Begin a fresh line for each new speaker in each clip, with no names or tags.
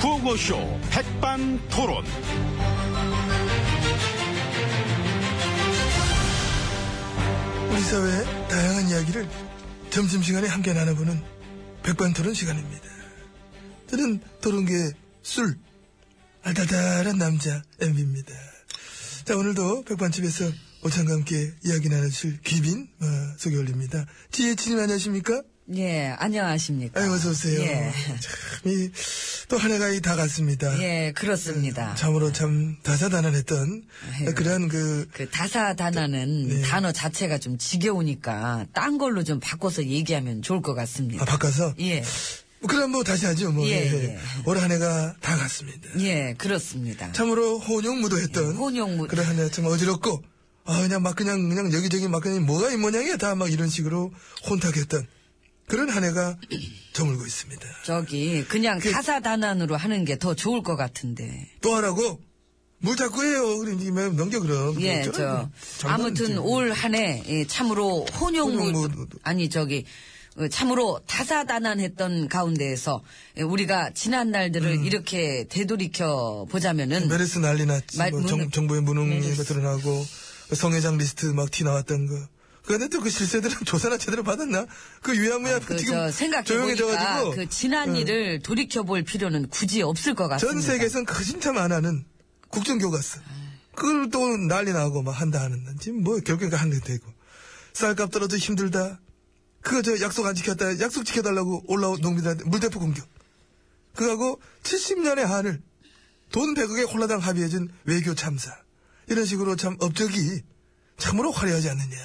라디오쇼 백반토론.
우리 사회의 다양한 이야기를 점심시간에 함께 나눠보는 백반토론 시간입니다. 저는 토론계의 술, 알달달한 남자 MB입니다. 자 오늘도 백반집에서 오찬과 함께 이야기 나눠줄 귀빈 어, 소개 올립니다. 지혜진님 안녕하십니까?
예, 안녕하십니까.
아유 어서 오세요.
예,
참이또 한 해가 이 다갔습니다.
예, 그렇습니다.
네, 참으로 참 다사다난했던
아유.
그러한 그
그 다사다나는
네.
단어 자체가 좀 지겨우니까 딴 걸로 좀 바꿔서 얘기하면 좋을 것 같습니다.
아, 바꿔서
예,
뭐 그럼 뭐 다시 하죠. 뭐.
예,
예,
예.
올 한 해가 다 갔습니다.
예, 그렇습니다.
참으로 혼용무도했던
예, 혼용무도.
그런 한 해 참 어지럽고 아 그냥 막 그냥 그냥 여기저기 막 그냥 뭐가 이 모양이야 다 막 이런 식으로 혼탁했던 그런 한 해가 저물고 있습니다.
저기 그냥 다사다난으로 하는 게 더 좋을 것 같은데.
또 하라고 뭘 자꾸 해요. 그러면 넘겨 그럼.
예,
그렇죠?
저
장난
아무튼
아니지.
올 한해 예, 참으로 혼용무
뭐 혼용무도.
아니 저기 어, 참으로 다사다난했던 가운데에서 예, 우리가 지난
음.
날들을 이렇게 되돌이켜 보자면은
메르스 난리 났지.
음. 말- 네.
뭐
무능-
정, 정부의 무능이
메르스.
드러나고 성회장 리스트 막 티 나왔던 거. 그런데 또 그 실세들은 조사나 제대로 받았나? 그 유야무야 그 지금
아, 그저 생각해보니까
조용해져가지고
그 지난
예.
일을 돌이켜볼 필요는 굳이 없을 것 같습니다.
전 세계에선 거심참 안 하는 국정교과서. 그걸 또 난리 나고 막 한다 하는지, 뭐, 결국엔 한게 되고. 쌀값 떨어져 힘들다. 그거 저 약속 안 지켰다. 약속 지켜달라고 올라온 농민들한테 물대포 공격. 그거하고 70년의 한을 돈 100억에 홀라당 합의해준 외교 참사. 이런 식으로 참 업적이 참으로 화려하지 않느냐.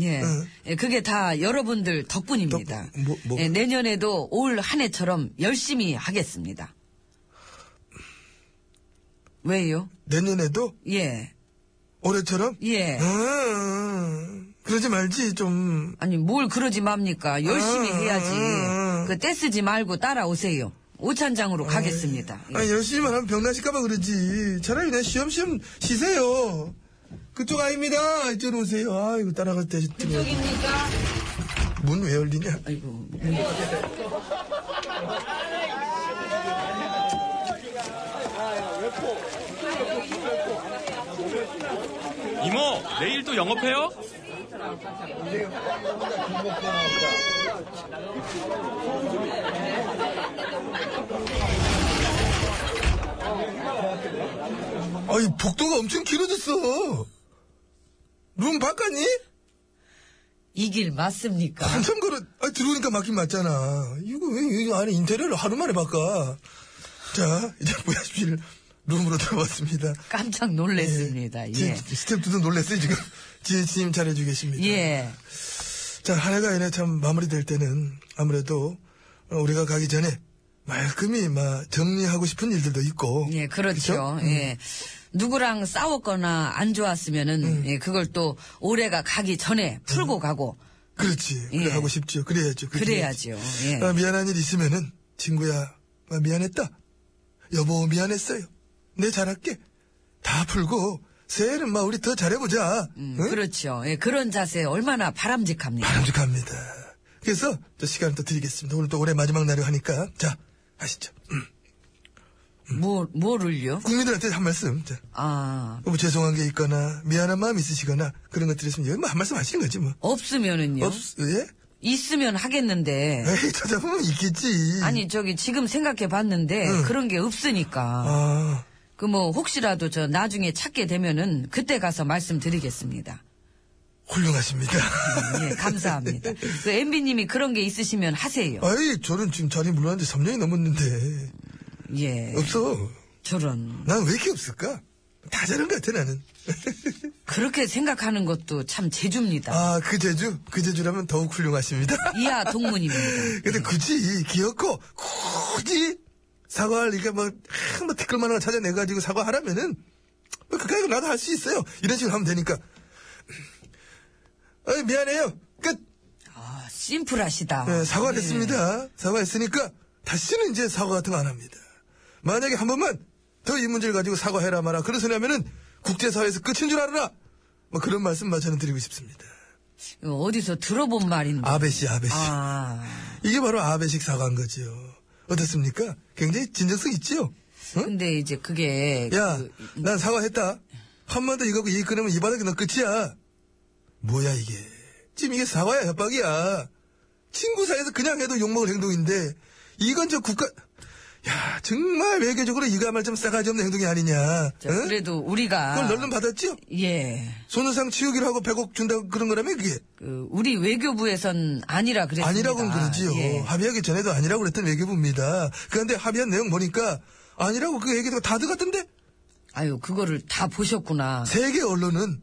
예.
응.
예, 그게 다 여러분들 덕분입니다.
덕분, 뭐, 뭐.
예, 내년에도 올 한 해처럼 열심히 하겠습니다. 왜요?
내년에도
예.
올해처럼?
예.
음, 그러지 말지, 좀.
아니, 뭘 그러지 맙니까? 열심히
아, 아, 아.
해야지. 그 떼쓰지 말고 따라오세요. 오찬장으로 가겠습니다. 예.
아니, 열심히만 하면 병나실까봐 그러지. 차라리 그냥 쉬엄쉬엄 쉬세요. 그쪽 아닙니다. 이쪽으로 오세요. 아, 이거 따라갈 때.
쪽입니까?
문 왜 열리냐?
아이고.
이모, 내일도 영업해요?
아이, 복도가 엄청 길어졌어. 룸 바꿨니?
이 길 맞습니까?
한참 걸어. 아, 들어오니까 맞긴 맞잖아. 이거 왜, 이거 안에 인테리어를 하루 만에 바꿔. 자, 이제 무야십실 룸으로 들어왔습니다.
깜짝 놀랐습니다.
지-
예.
스태프들도 놀랐어요, 지금. 지혜진님 잘해주고 계십니다.
예.
자, 한 해가 이래 참 마무리될 때는 아무래도 어, 우리가 가기 전에 말끔히 막 정리하고 싶은 일들도 있고.
예,
그쵸? 음.
그렇죠. 예. 누구랑 싸웠거나 안 좋았으면은 예, 그걸 또 올해가 가기 전에 풀고 가고
그렇지. 그래
예.
하고 싶죠. 그래야죠. 그렇게 해야지.
그래야죠. 예.
아, 미안한 일 있으면은 친구야, 아, 미안했다. 여보, 미안했어요. 내 잘할게. 다 풀고 새해는 막 우리 더 잘해보자.
음,
응?
그렇죠. 예, 그런 자세 얼마나 바람직합니까?
바람직합니다. 그래서 저 시간을 또 드리겠습니다. 오늘 또 올해 마지막 날이 하니까 자 하시죠.
뭐 뭐를요?
국민들한테 한 말씀. 자.
아,
뭐 죄송한 게 있거나 미안한 마음 있으시거나 그런 것들 있으면 여기 뭐한 말씀 하시는 거지 뭐.
없으면은요. 네.
없 음. 예?
있으면 하겠는데.
에이 찾아보면 있겠지.
아니 저기 지금 생각해 봤는데 그런 게 없으니까
아
그 뭐 혹시라도 저 나중에 찾게 되면은 그때 가서 말씀드리겠습니다.
훌륭하십니다.
예, 감사합니다. 그 MB님이 그런 게 있으시면 하세요.
아이 저는 지금 자리 물러난 지 3년이 넘었는데
예.
없어.
저런.
난 왜 이렇게 없을까? 다 자른 것 같아 나는.
그렇게 생각하는 것도 참 재주입니다.
아 그 재주 그 재주라면 더욱 훌륭하십니다.
이하 동문입니다.
근데 굳이 귀엽고 굳이 사과할 이게 뭐 한번 댓글만 하나 찾아내가지고 사과하라면은 뭐 그까이 나도 할 수 있어요. 이런 식으로 하면 되니까. 음. 어이, 미안해요. 끝.
아, 심플하시다.
네, 사과했습니다. 사과했으니까 다시는 이제 사과 같은 거 안 합니다. 만약에 한 번만 더 이 문제를 가지고 사과해라 마라 그런 소리 하면은 국제사회에서 끝인 줄 알아라. 뭐 그런 말씀만 저는 드리고 싶습니다.
네. 이거 어디서 들어본 말인데.
아베 씨, 아베 씨.
아,
이게 바로 아베식 사과인 거지요. 어떻습니까? 굉장히 진정성 있지요?
근데 이제 그게
야,
그,
난 사과했다. 한 번 더 이거 갖고 이 끊으면 이 바닥에 너 끝이야. 뭐야 이게? 지금 이게 사과야 협박이야. 친구 사이에서 그냥 해도 욕먹을 행동인데 이건 저 국가. 야, 정말 외교적으로 이거야말로 좀 싸가지 없는 행동이 아니냐.
저
응?
그래도 아. 우리가
그걸 널름 받았죠?
예.
손해상 치우기로 하고 100억 준다고 그런 거라며 그게?
그 우리 외교부에선 아니라 그랬습니다.
아니라고는 그러지요.
예.
합의하기 전에도 아니라고 그랬던 외교부입니다. 그런데 합의한 내용 보니까 아니라고 그 얘기도 다 들어갔던데?
아유 그거를 다 보셨구나.
세계 언론은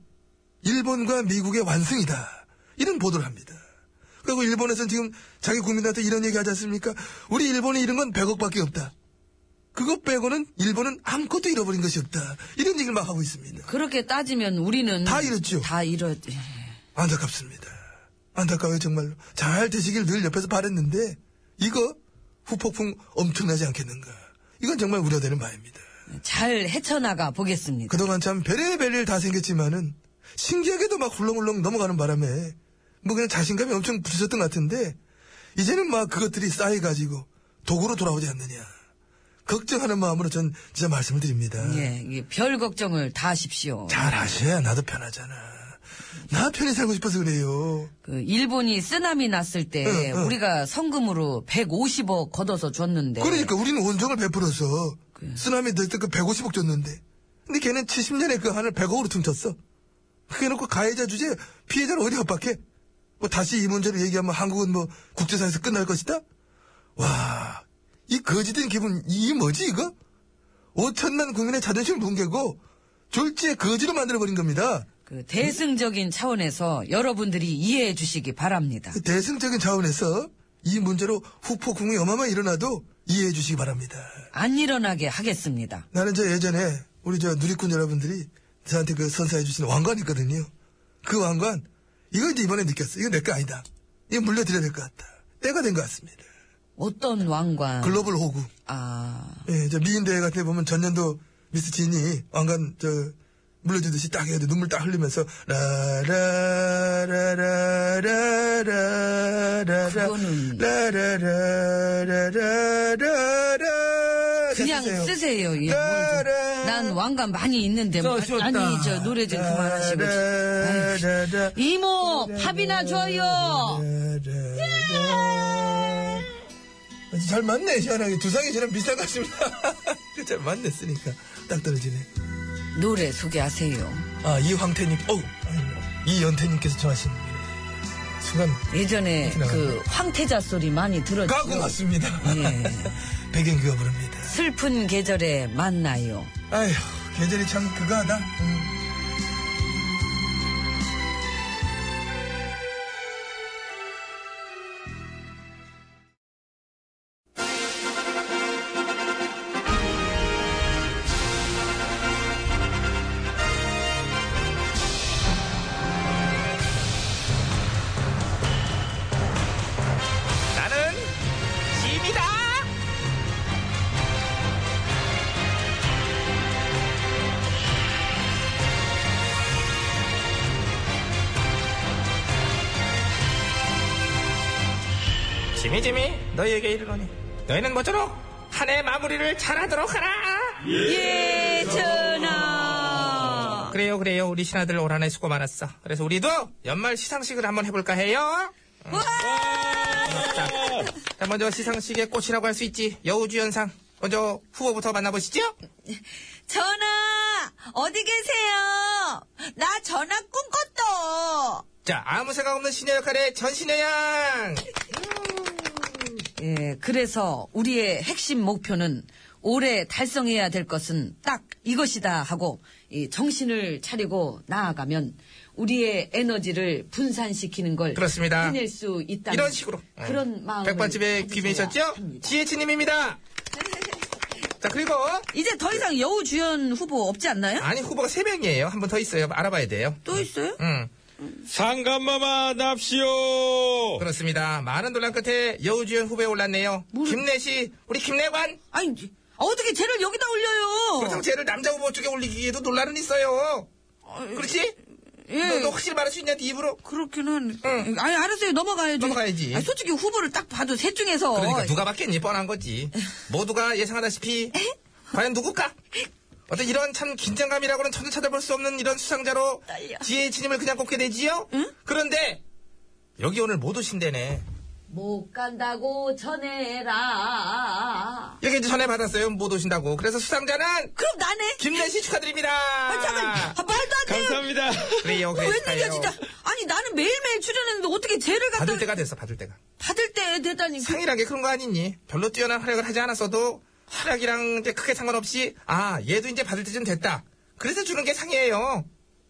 일본과 미국의 완승이다. 이런 보도를 합니다. 그리고 일본에서는 지금 자기 국민들한테 이런 얘기 하지 않습니까? 우리 일본이 잃은 건 100억밖에 없다. 그거 빼고는 일본은 아무것도 잃어버린 것이 없다. 이런 얘기를 막 하고 있습니다.
그렇게 따지면 우리는
다 이렇죠.
다 예. 이렇.
안타깝습니다. 안타까워요 정말로. 잘 되시길 늘 옆에서 바랬는데 이거 후폭풍 엄청나지 않겠는가. 이건 정말 우려되는 바입니다.
잘 헤쳐나가 보겠습니다.
그동안 참 별의별 일 다 생겼지만은 신기하게도 막 훌렁훌렁 넘어가는 바람에 뭐 그냥 자신감이 엄청 부딪혔던 것 같은데 이제는 막 그것들이 쌓여가지고 도구로 돌아오지 않느냐 걱정하는 마음으로 전 진짜 말씀을 드립니다.
예, 이게 별 걱정을 다 하십시오.
잘 하셔야 나도 편하잖아. 나 편히 살고 싶어서 그래요.
그 일본이 쓰나미 났을 때
응, 응.
우리가 성금으로 150억 걷어서 줬는데
그러니까 우리는 온정을 베풀어서 쓰나미 들때 그 150억 줬는데 근데 걔는 70년에 그 한을 100억으로 퉁쳤어. 그래 놓고 가해자 주제 피해자를 어디 협박해? 뭐 다시 이 문제를 얘기하면 한국은 뭐 국제사에서 끝날 것이다? 와, 이 거지된 기분 이 뭐지 이거? 오천만 국민의 자존심 붕괴고 졸지에 거지로 만들어버린 겁니다.
그 대승적인 차원에서 여러분들이 이해해 주시기 바랍니다.
그 대승적인 차원에서 이 문제로 후폭풍이 어마어마 일어나도 이해해 주시기 바랍니다.
안 일어나게 하겠습니다.
나는 저 예전에 우리 저 누리꾼 여러분들이 저한테 그 선사해 주신 왕관 있거든요. 그 왕관 이거 이제 이번에 느꼈어. 이거 내 거 아니다. 이거 물려드려야 될 것 같다. 때가 된 것 같습니다.
어떤 왕관
글로벌 호구.
아
예, 저 미인 대회 같은 데 보면 전년도 미스 진이 왕관 저 물려주듯이 딱 해가지고 눈물 딱 흘리면서 라라라라라라라라
그거는-
라라라라라라라
그냥 쓰세요. 예,
네,
뭘 좀.
따란.
난 왕관 많이 있는데 뭐-
썼다.
아니 저 노래
네,
좀 그만하시고 아유,
따라라라.
이모 밥이나 줘요.
예. 따라라라. 잘 맞네 시원하게 두상이 저랑 비싼 것 같습니다 잘 맞네 쓰니까 딱 떨어지네
노래 소개하세요.
아 이황태님 어우 아이고, 이연태님께서 정하신 순간
예전에 그
지나가네요.
황태자 소리 많이 들었죠.
가고 갔습니다
예.
백연규가 부릅니다
슬픈 계절에 만나요.
아휴 계절이 참 그거하다 음.
나는 짐이다.
지미 지미 너희에게 이르노니 너희는 모쪼록 한 해 마무리를 잘하도록 하라
예, 전하.
그래요 그래요 우리 신하들 올 한 해 수고 많았어 그래서 우리도 연말 시상식을 한번 해볼까 해요
와!
네, 자, 자, 먼저 시상식의 꽃이라고 할 수 있지 여우주연상 먼저 후보부터 만나보시죠
전하! 어디 계세요? 나 전화 꿈꿨다!
자 아무 생각 없는 신녀 역할의 전신여양
예, 그래서 우리의 핵심 목표는 올해 달성해야 될 것은 딱 이것이다 하고 이 정신을 차리고 나아가면 우리의 에너지를 분산시키는 걸
그렇습니다.
해낼 수 있다.
이런 식으로
네, 그런
응.
마음.
백반집에 귀빈이셨죠? GH님입니다 자 그리고
이제 더 이상 여우 주연 후보 없지 않나요?
아니 음. 후보가 세명이에요 한 분 더 있어요 알아봐야 돼요
또 있어요?
응.
상감마마 납시오.
그렇습니다. 많은 논란 끝에 여우주연 후보에 올랐네요. 김내시 우리 김내관
아니 어떻게 쟤를 여기다 올려요?
그렇다고 쟤를 남자 후보 쪽에 올리기에도 논란은 있어요. 그렇지?
예.
너, 너 확실히 말할 수 있냐 네 입으로?
그렇긴 한.
예,
응.
아니 알았어요 넘어가야죠.
넘어가야지.
아니, 솔직히 후보를 딱 봐도 셋 중에서
그러니까
그러니까 누가 받겠니 뻔한 거지. 모두가 예상하다시피
과연 누굴까? 어떤 이런 참 긴장감이라고는 전혀 찾아볼 수 없는 이런 수상자로
떨려.
지혜진님을 그냥 꼽게 되지요? 그런데 여기 오늘 못 오신다네.
못 간다고 전해라.
여기 이제 전에 받았어요. 못 오신다고. 그래서 수상자는
그럼 나네.
김래 씨 축하드립니다.
아, 잠깐. 아, 말도 안 돼.
감사합니다.
그래요, 그래요.
웬일이야 진짜. 아니 나는 매일매일 출연했는데 어떻게 쟤를 갖다
받을 때가 됐어, 받을 때가.
받을 때 대단히 그-
상이란 게 그런 거 아니니? 별로 뛰어난 활약을 하지 않았어도 활약이랑 이제 크게 상관없이 아 얘도 이제 받을 때쯤 됐다. 그래서 주는 게 상이에요.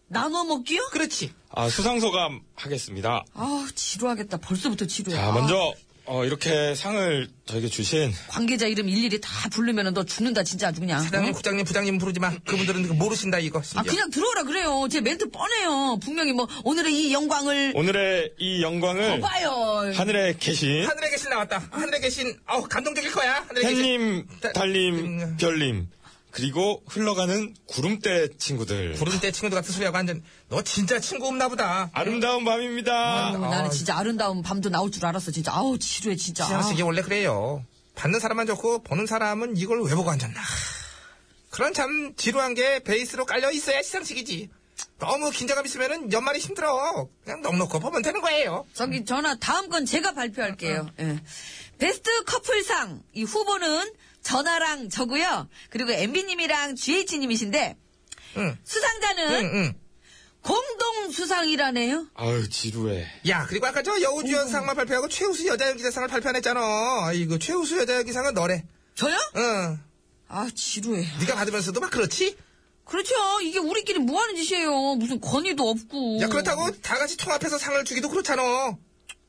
나눠 먹기요?
그렇지.
아, 수상소감 하겠습니다.
아 지루하겠다. 벌써부터 지루해.
자,
아,
먼저, 어, 이렇게 상을 저에게 주신
관계자 이름 일일이 다 부르면 너 죽는다, 진짜 아주 그냥.
사장님, 부장님, 부장님 부르지 마. 그분들은 그거 모르신다 이거.
아,
심지어.
그냥 들어오라 그래요. 제 멘트 뻔해요. 분명히 뭐, 오늘의 이 영광을.
오늘의 이 영광을
봐요.
하늘에 계신
하늘에 계신 나왔다. 하늘에 계신 아우 감동적일 거야. 하늘에 계신
햇님, 달님, 별님, 그리고 흘러가는 구름대 친구들.
부른 때 친구들 같은 소리하고 완전 너 진짜 친구 없나 보다.
아름다운 밤입니다.
아유, 나는 진짜 아름다운 밤도 나올 줄 알았어, 진짜. 아우, 지루해, 진짜.
시상 씨 이게 원래 그래요. 받는 사람만 좋고 보는 사람은 이걸 왜 보고 앉았나. 그런 참 지루한 게 베이스로 깔려 있어야 시상식이지. 너무 긴장감 있으면은 연말이 힘들어. 그냥 넉넉히 보면 되는 거예요.
저기 전화 다음 건 제가
어.
발표할게요. 예. 베스트 커플상 이 후보는 전화랑 저고요. 그리고 MB님이랑 GH님이신데
응.
수상자는
응, 응.
공동 수상이라네요.
아유, 지루해.
야, 그리고 아까 저 여우주연상만 발표하고 최우수 여자 연기자상을 발표 안 했잖아. 이거 그 최우수 여자 연기상은 너래.
저요?
응.
아 지루해.
네가 받으면서도 막 그렇지?
그렇죠. 이게 우리끼리 뭐 하는 짓이에요. 무슨 권위도 없고.
야, 그렇다고 다 같이 통합해서 상을 주기도 그렇잖아.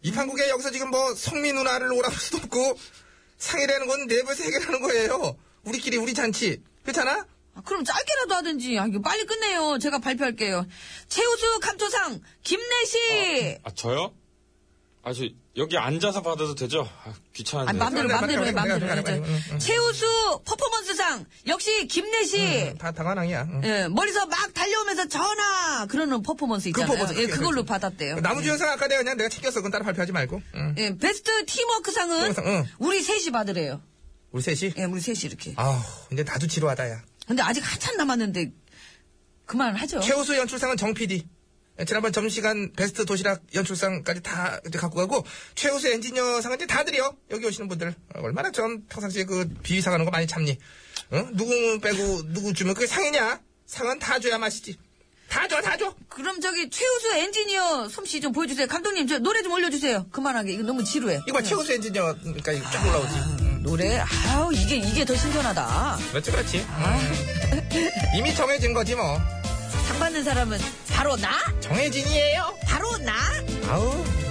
이 판국에 여기서 지금 뭐 성미 누나를 오라고 할 수도 없고 상이라는 건네 내부에서 해결하는 거예요. 우리끼리 우리 잔치. 그렇잖아?
아, 그럼 짧게라도 하든지. 아, 이거 빨리 끝내요. 제가 발표할게요. 최우수 감초상
어, 음.
김내시.
아, 저요? 아, 저, 여기 앉아서 받아도 되죠? 아,
네,
아,
귀찮은데.
맘대로
그래,
맘대로
그래, 그래,
해 맘대로
그래, 그래, 그래, 그래.
해. 최우수 퍼포먼스상 역시 김내시.
음, 다 당한왕이야. 응.
예, 머리서 막 달려오면서 전화! 그러는 퍼포먼스 있잖아요.
퍼포먼스,
예,
그게,
그걸로
그게.
받았대요.
나무주연상 아까 내가 그냥 내가 챙겼어. 그건 따로 발표하지 말고. 응.
예, 베스트 팀워크상은
팀워크상, 응.
우리 셋이 받으래요.
우리 셋이.
예, 우리 셋이 이렇게.
아우, 이제 나도 지루하다, 야.
근데 아직 한참 남았는데 그만하죠.
최우수 연출상은 정 PD. 지난번 점심시간 베스트 도시락 연출상까지 다 이제 갖고 가고 최우수 엔지니어상은 이제 다 드려 여기 오시는 분들 어, 얼마나 좀 평상시에 그 비위상하는 거 많이 참니 어? 누구 빼고 누구 주면 그게 상이냐 상은 다 줘야 맛이지 다 줘 다줘
그럼 저기 최우수 엔지니어 솜씨 좀 보여주세요. 감독님, 저 노래 좀 올려주세요. 그만하게. 이거 너무 지루해. 예.
이거 봐, 최우수 엔지니어 그러니까 이거 쫙 올라오지 음,
노래? 아우, 이게, 이게 더 신선하다.
그렇지 그렇지 음. 이미 정해진 거지 뭐
상 받는 사람은 바로 나?
정해진이에요
바로 나?
아우